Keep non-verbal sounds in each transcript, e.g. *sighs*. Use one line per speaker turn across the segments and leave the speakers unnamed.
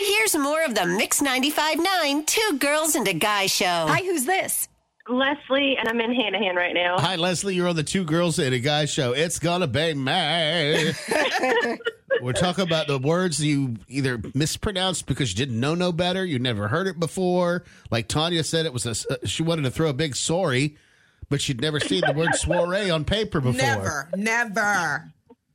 Here's more of the Mix 95.9 Two Girls and a Guy Show.
Hi, who's this?
Leslie, and I'm in Hanahan right now.
Hi, Leslie. You're on the Two Girls and a Guy show. It's gonna be May. We're talking about the words you either mispronounced because you didn't know no better, you never heard it before. Like Tanya said, it was a she wanted to throw a big sorry, but she'd never seen the word soiree on paper before.
Never, never.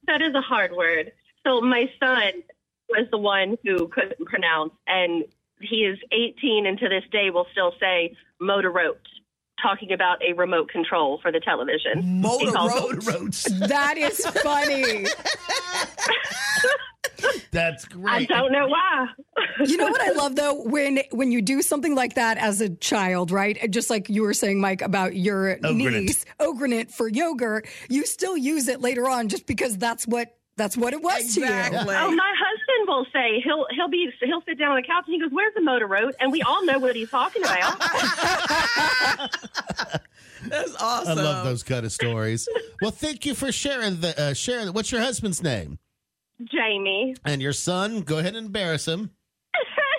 That is a hard word. So my son was the one who couldn't pronounce, and he is 18 and to this day will still say motorote, talking about a remote control for the television.
Motor
He calls it-
road. roads.
That is funny.
That's
I
great.
don't know why.
you know what I love though when when you do something like that as a child, right? Just like you were saying, Mike, about your
Ogrenate.
niece ogrenate for yogurt, you still use it later on just because that's what that's what it was to you.
Exactly.
Oh, my husband will say he'll he'll be he'll sit down on the couch and he goes, "Where's the motorote?" And we all know what he's talking about.
That's
I
awesome.
love those kind of stories. well, thank you for sharing the uh, sharing. What's your husband's name
Jamie, *laughs*
and your son? Go ahead and embarrass him.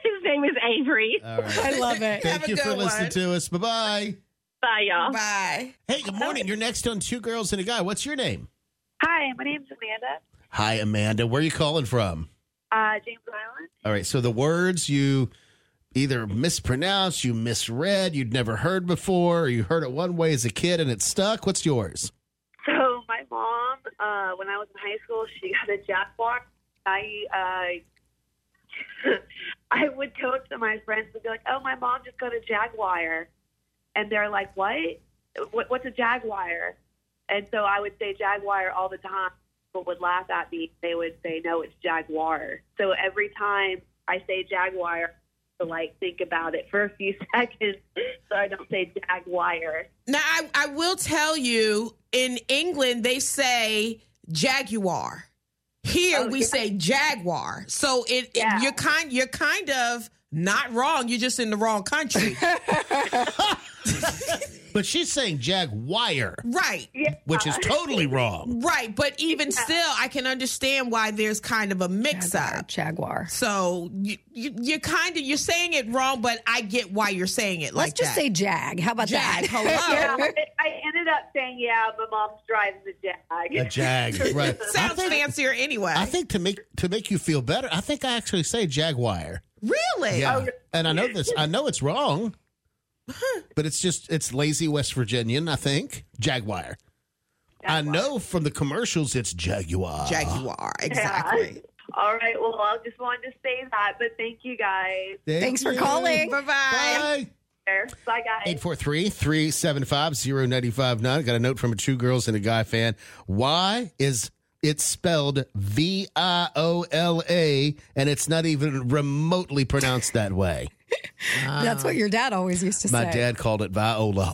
his name is Avery.
All right.
I love it.
Thank
*laughs* Have a
you for
good
listening
one.
to us. Bye bye.
Bye, y'all.
Bye.
Hey, good morning. You're next on Two Girls and a Guy. What's your name?
Hi, my name's Amanda,
Hi, Amanda. Where are you calling from?
uh, James Island.
All right. So the words you either mispronounced, you misread, you'd never heard before, or you heard it one way as a kid and it stuck. What's yours?
So my mom, uh, when I was in high school, she got a jackbox. I uh, *laughs* I would toast to my friends and be like, "Oh, my mom just got a jaguar," and they're like, "What? what what's a jaguar?" And so I would say jaguar all the time. People would laugh at me. They would say, "No, it's jaguar." So every time I say jaguar, I like think about it for a few *laughs* seconds, so I don't say jaguar.
Now, I, I will tell you, in England, they say jaguar. Here
Oh,
we
yeah.
say jaguar. So it, it-
Yeah.
you're kind you're kind of not wrong. You're just in the wrong country,
But she's saying Jaguar,
right?
which is totally wrong.
Right. But even still, I can understand why there's kind of a mix
Jaguar,
up.
Jaguar.
So you, you, you're kind of you're saying it wrong, but I get why you're saying it
Let's
like
just
that.
say Jag. How about
Jag.
*laughs* that?
Hello.
I *laughs* I ended up saying, yeah, my mom's driving the jag.
A
*laughs*
jag, right? I
Sounds
think,
fancier anyway.
I think to make to make you feel better, I think I actually say Jaguar.
really?
oh,
Yeah, and I know this. I know it's
*laughs*
wrong, but it's just it's lazy West Virginian. I think Jaguar. I know from the commercials it's Jaguar.
Jaguar. Exactly.
All right, well, I just wanted to say that, but thank you guys.
Thank
Thanks for
you.
calling.
Bye bye.
Bye.
Bye, guys.
843-375-0959. Got a note from a two girls and a guy fan. Why is it spelled V I O L A and it's not even remotely pronounced that way?
That's what your dad always used to
My
say.
dad called it Viola all the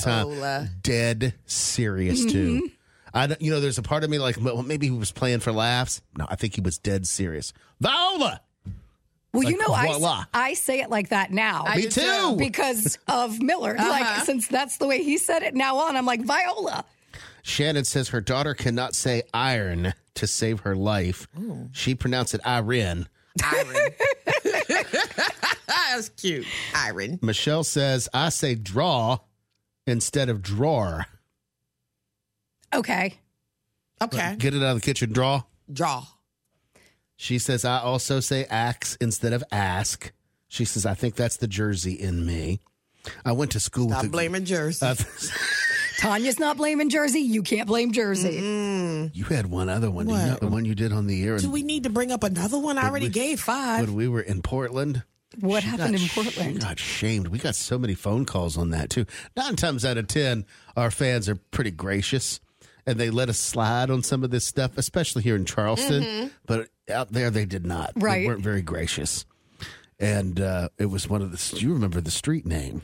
Viola. Mm-hmm.
time. Dead serious too. I don't, you know, there's a part of me like, well, maybe he was playing for laughs. No, I think he was dead serious. Viola.
Well, you
Like,
know, I,
voila.
s- I say it like that now.
Me too.
because of Miller.
Uh-huh.
Like, since that's the way he said it now on, I'm like, Viola.
Shannon says her daughter cannot say iron to save her life. She pronounced it iron.
Iron. *laughs* That's cute. Iron.
Michelle says I say draw instead of drawer.
Okay.
Okay.
Get it out of the kitchen, draw.
Draw.
She says I also say axe instead of ask. She says I think that's the Jersey in me. I went to school
Stop
with a-
blaming Jersey.
Uh,
Tanya's not blaming Jersey. You can't blame Jersey.
you had one other one, didn't
What?
you? the one you did on the air
Do we need to bring up another one? I already gave five.
when we were in Portland.
What
She
happened
got-
in
She
Portland?
got shamed. We got so many phone calls on that too. Nine times out of ten, our fans are pretty gracious, and they let us slide on some of this stuff, especially here in Charleston. But out there, they did not.
Mm-hmm. Right.
they weren't very gracious. And uh, it was one of the. do You remember the street name?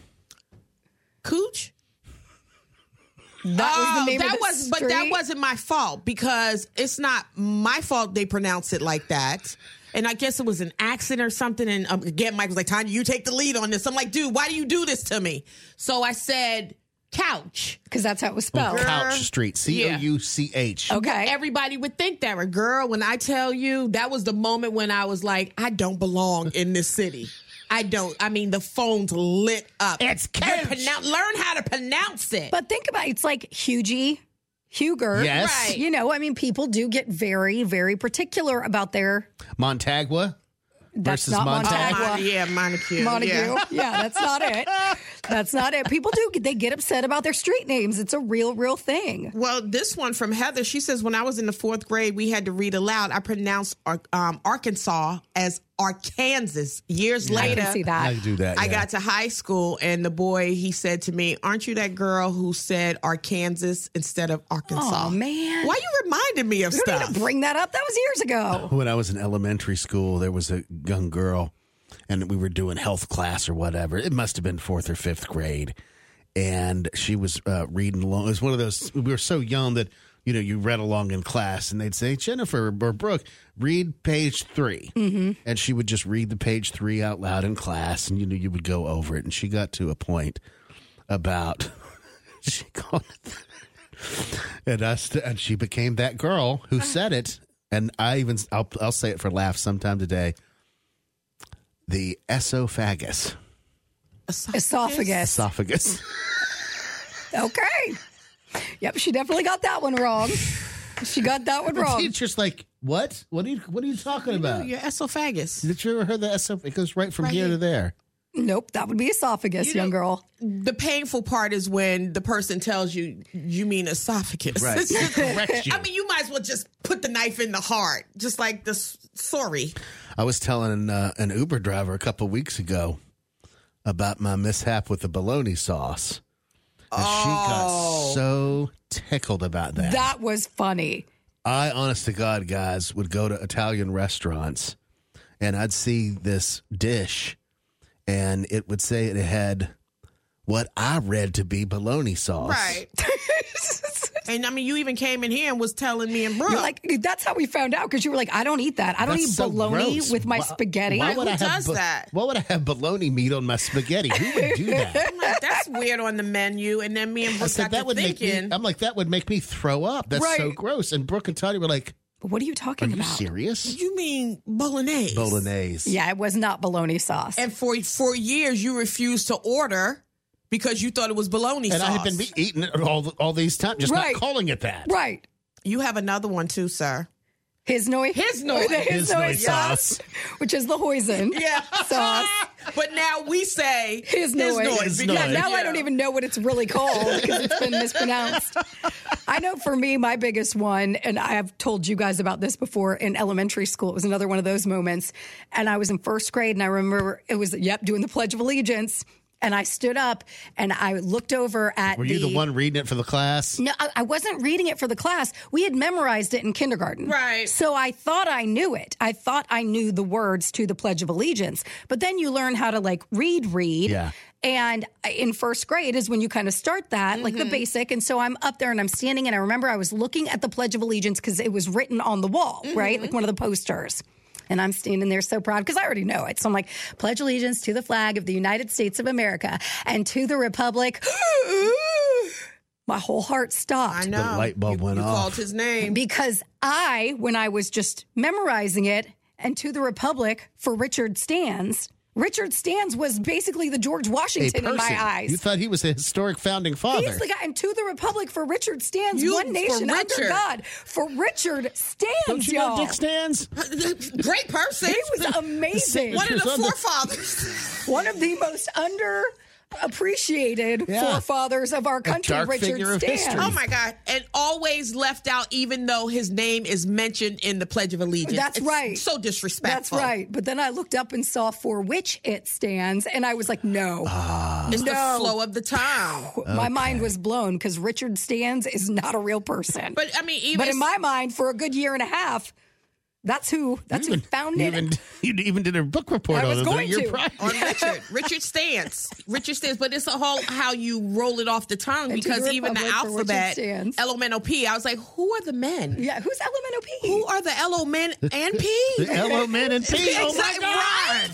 Cooch?
That was the
Oh,
name of
that
the
was, but that
street?
wasn't my fault because it's not my fault they pronounce it like that. And I guess it was an accident or something. And um, again, Mike was like, Tanya, you take the lead on this. I'm like, dude, why do you do this to me? So I said, couch.
because that's how it was spelled.
On Couch Street, C O
Yeah.
U C H.
Okay.
Everybody would think that, right? girl. When I tell you, that was the moment when I was like, I don't belong in this city. I don't. I mean, the phones lit up.
It's
You're
couch.
pronoun- learn how to pronounce it.
But think about it. It's like Hugie, Huger.
Yes.
Right.
You know, I mean, people do get very, very particular about their.
Montagua
That's
versus
not
Montag.
Oh,
Montagua.
Mon- yeah, Montague.
Montague.
*laughs* Yeah.
Yeah. that's not it. That's not it. People do they get upset about their street names. It's a real, real thing.
Well, this one from Heather, she says, when I was in the fourth grade, we had to read aloud. I pronounced Ar- um, Arkansas as Arkansas. Years
I
later,
can see that.
I do that.
I
yeah.
got to high school, and the boy, he said to me, aren't you that girl who said Arkansas instead of Arkansas?
Oh, man.
Why you reminding me of
You don't
stuff?
need to bring that up. That was years ago.
when I was in elementary school, there was a young girl, and we were doing health class or whatever. It must have been fourth or fifth grade, and she was uh, reading along. It was one of those. We were so young that you know you read along in class, and they'd say Jennifer or Brooke, read page 3 mm-hmm. and she would just read the page three out loud in class, and you know you would go over it. And she got to a point about *laughs* she called it and I st- and she became that girl who said it. And I even I'll I'll say it for laughs sometime today. The esophagus,
Esophagus.
esophagus. *laughs*
Okay. Yep, she definitely got that one wrong. She got that one
the
wrong.
teacher's like, what? What are you What are you talking about?
Your esophagus.
Did you ever hear the esophagus? It goes right from
Right
here to
here.
there.
Nope, that would be esophagus,
You
young
know-
girl.
The painful part is when the person tells you, you mean esophagus. *laughs*
Right. Correct you.
I mean, you might as well just put the knife in the heart, just like this. Sorry.
I was telling uh, an Uber driver a couple weeks ago about my mishap with the bologna sauce, and she got so tickled about
That was funny.
I, honest to God, guys, would go to Italian restaurants and I'd see this dish and it would say it had what I read to be bologna sauce.
Right. and I mean, you even came in here and was telling me and Brooke.
You're like, that's how we found out because you were like, I don't eat that. I don't
That's
eat
so
bologna
gross.
with my
Why-
spaghetti.
Why would
Who
I have
does that?
Why would I have bologna meat on my spaghetti? Who would
*laughs*
do that?
I'm like, that's weird on the menu. And then me and
I
Brooke
said
got
that
to
would make me.
thinking.
I'm like that would make me throw up. That's so
Right.
gross. And Brooke and Tony were like,
But what are you
"Are
talking
you
about?
serious?"
you mean
*laughs*
bolognese?
Bolognese.
Yeah, it was not bologna sauce.
And for for years, you refused to order because you thought it was bologna
And
sauce.
I had been be- eating it all all these times, just
Right.
not calling it that.
right.
you have another one too, sir.
*laughs* His noy.
His noi.
The
His noi sauce.
Which is the hoisin.
*laughs* Yeah.
*laughs* Sauce.
but now we say
His noise.
noise.
His
Yeah,
noise.
now I
Yeah.
don't even know what it's really called because it's
*laughs*
been mispronounced. I know for me, my biggest one, and I have told you guys about this before in elementary school, it was another one of those moments. And I was in first grade, and I remember it was, yep, doing the Pledge of Allegiance. And I stood up and I looked over at
Were you the one reading it for the class?
No, I, I wasn't reading it for the class. We had memorized it in kindergarten.
Right.
So I thought I knew it. I thought I knew the words to the Pledge of Allegiance. But then you learn how to like read, read.
Yeah.
And in first grade is when you kind of start that, like the basic. And so I'm up there and I'm standing, and I remember I was looking at the Pledge of Allegiance because it was written on the wall, right? Like one of the posters. And I'm standing there so proud because I already know it. So I'm like, pledge allegiance to the flag of the United States of America and to the Republic. *gasps* My whole heart stopped
I know.
light bulb
you,
went
you
off.
called his name.
because I, when I was just memorizing it, and to the Republic for Richard Stans, Richard Stans was basically the George
a
Washington in my
person.
eyes.
You thought he was a historic founding father.
He's the guy, and to the Republic for Richard Stans,
You-
one
for
nation under
Richard.
God for Richard Stans,
Don't you
y'all.
know Dick Stans?
Great person.
he
*laughs*
was amazing.
one of
He was
the
on the-
forefathers.
one of the most underappreciated
Yeah.
forefathers of our country,
dark
Richard
figure of
Stans.
history.
Oh my God. And always left out, even though his name is mentioned in the Pledge of Allegiance.
That's
It's
right.
So
That's
disrespectful.
right. But then I looked up and saw for which it stands, and I was like,
Oh.
no.
It's
No.
the flow of the time.
*sighs* My mind was blown because Richard Stans is not a real person. But,
But I mean, even
in my mind, for a good year and a half, that's who that's who found
you
it.
Even, *laughs* you even did a book report
I
on
was
it.
going
You're
to.
proud.
on Richard, Richard Stance, Richard Stance. But it's a whole how you roll it off the tongue
And to
because
the
even the
Republic for Richard
alphabet,
Stantz.
LMNOP. I was like, who are the men?
yeah, who's Elemental P? *laughs*
Who are the LO men and P?
The LO men and P. Oh my
Exactly
God.
right.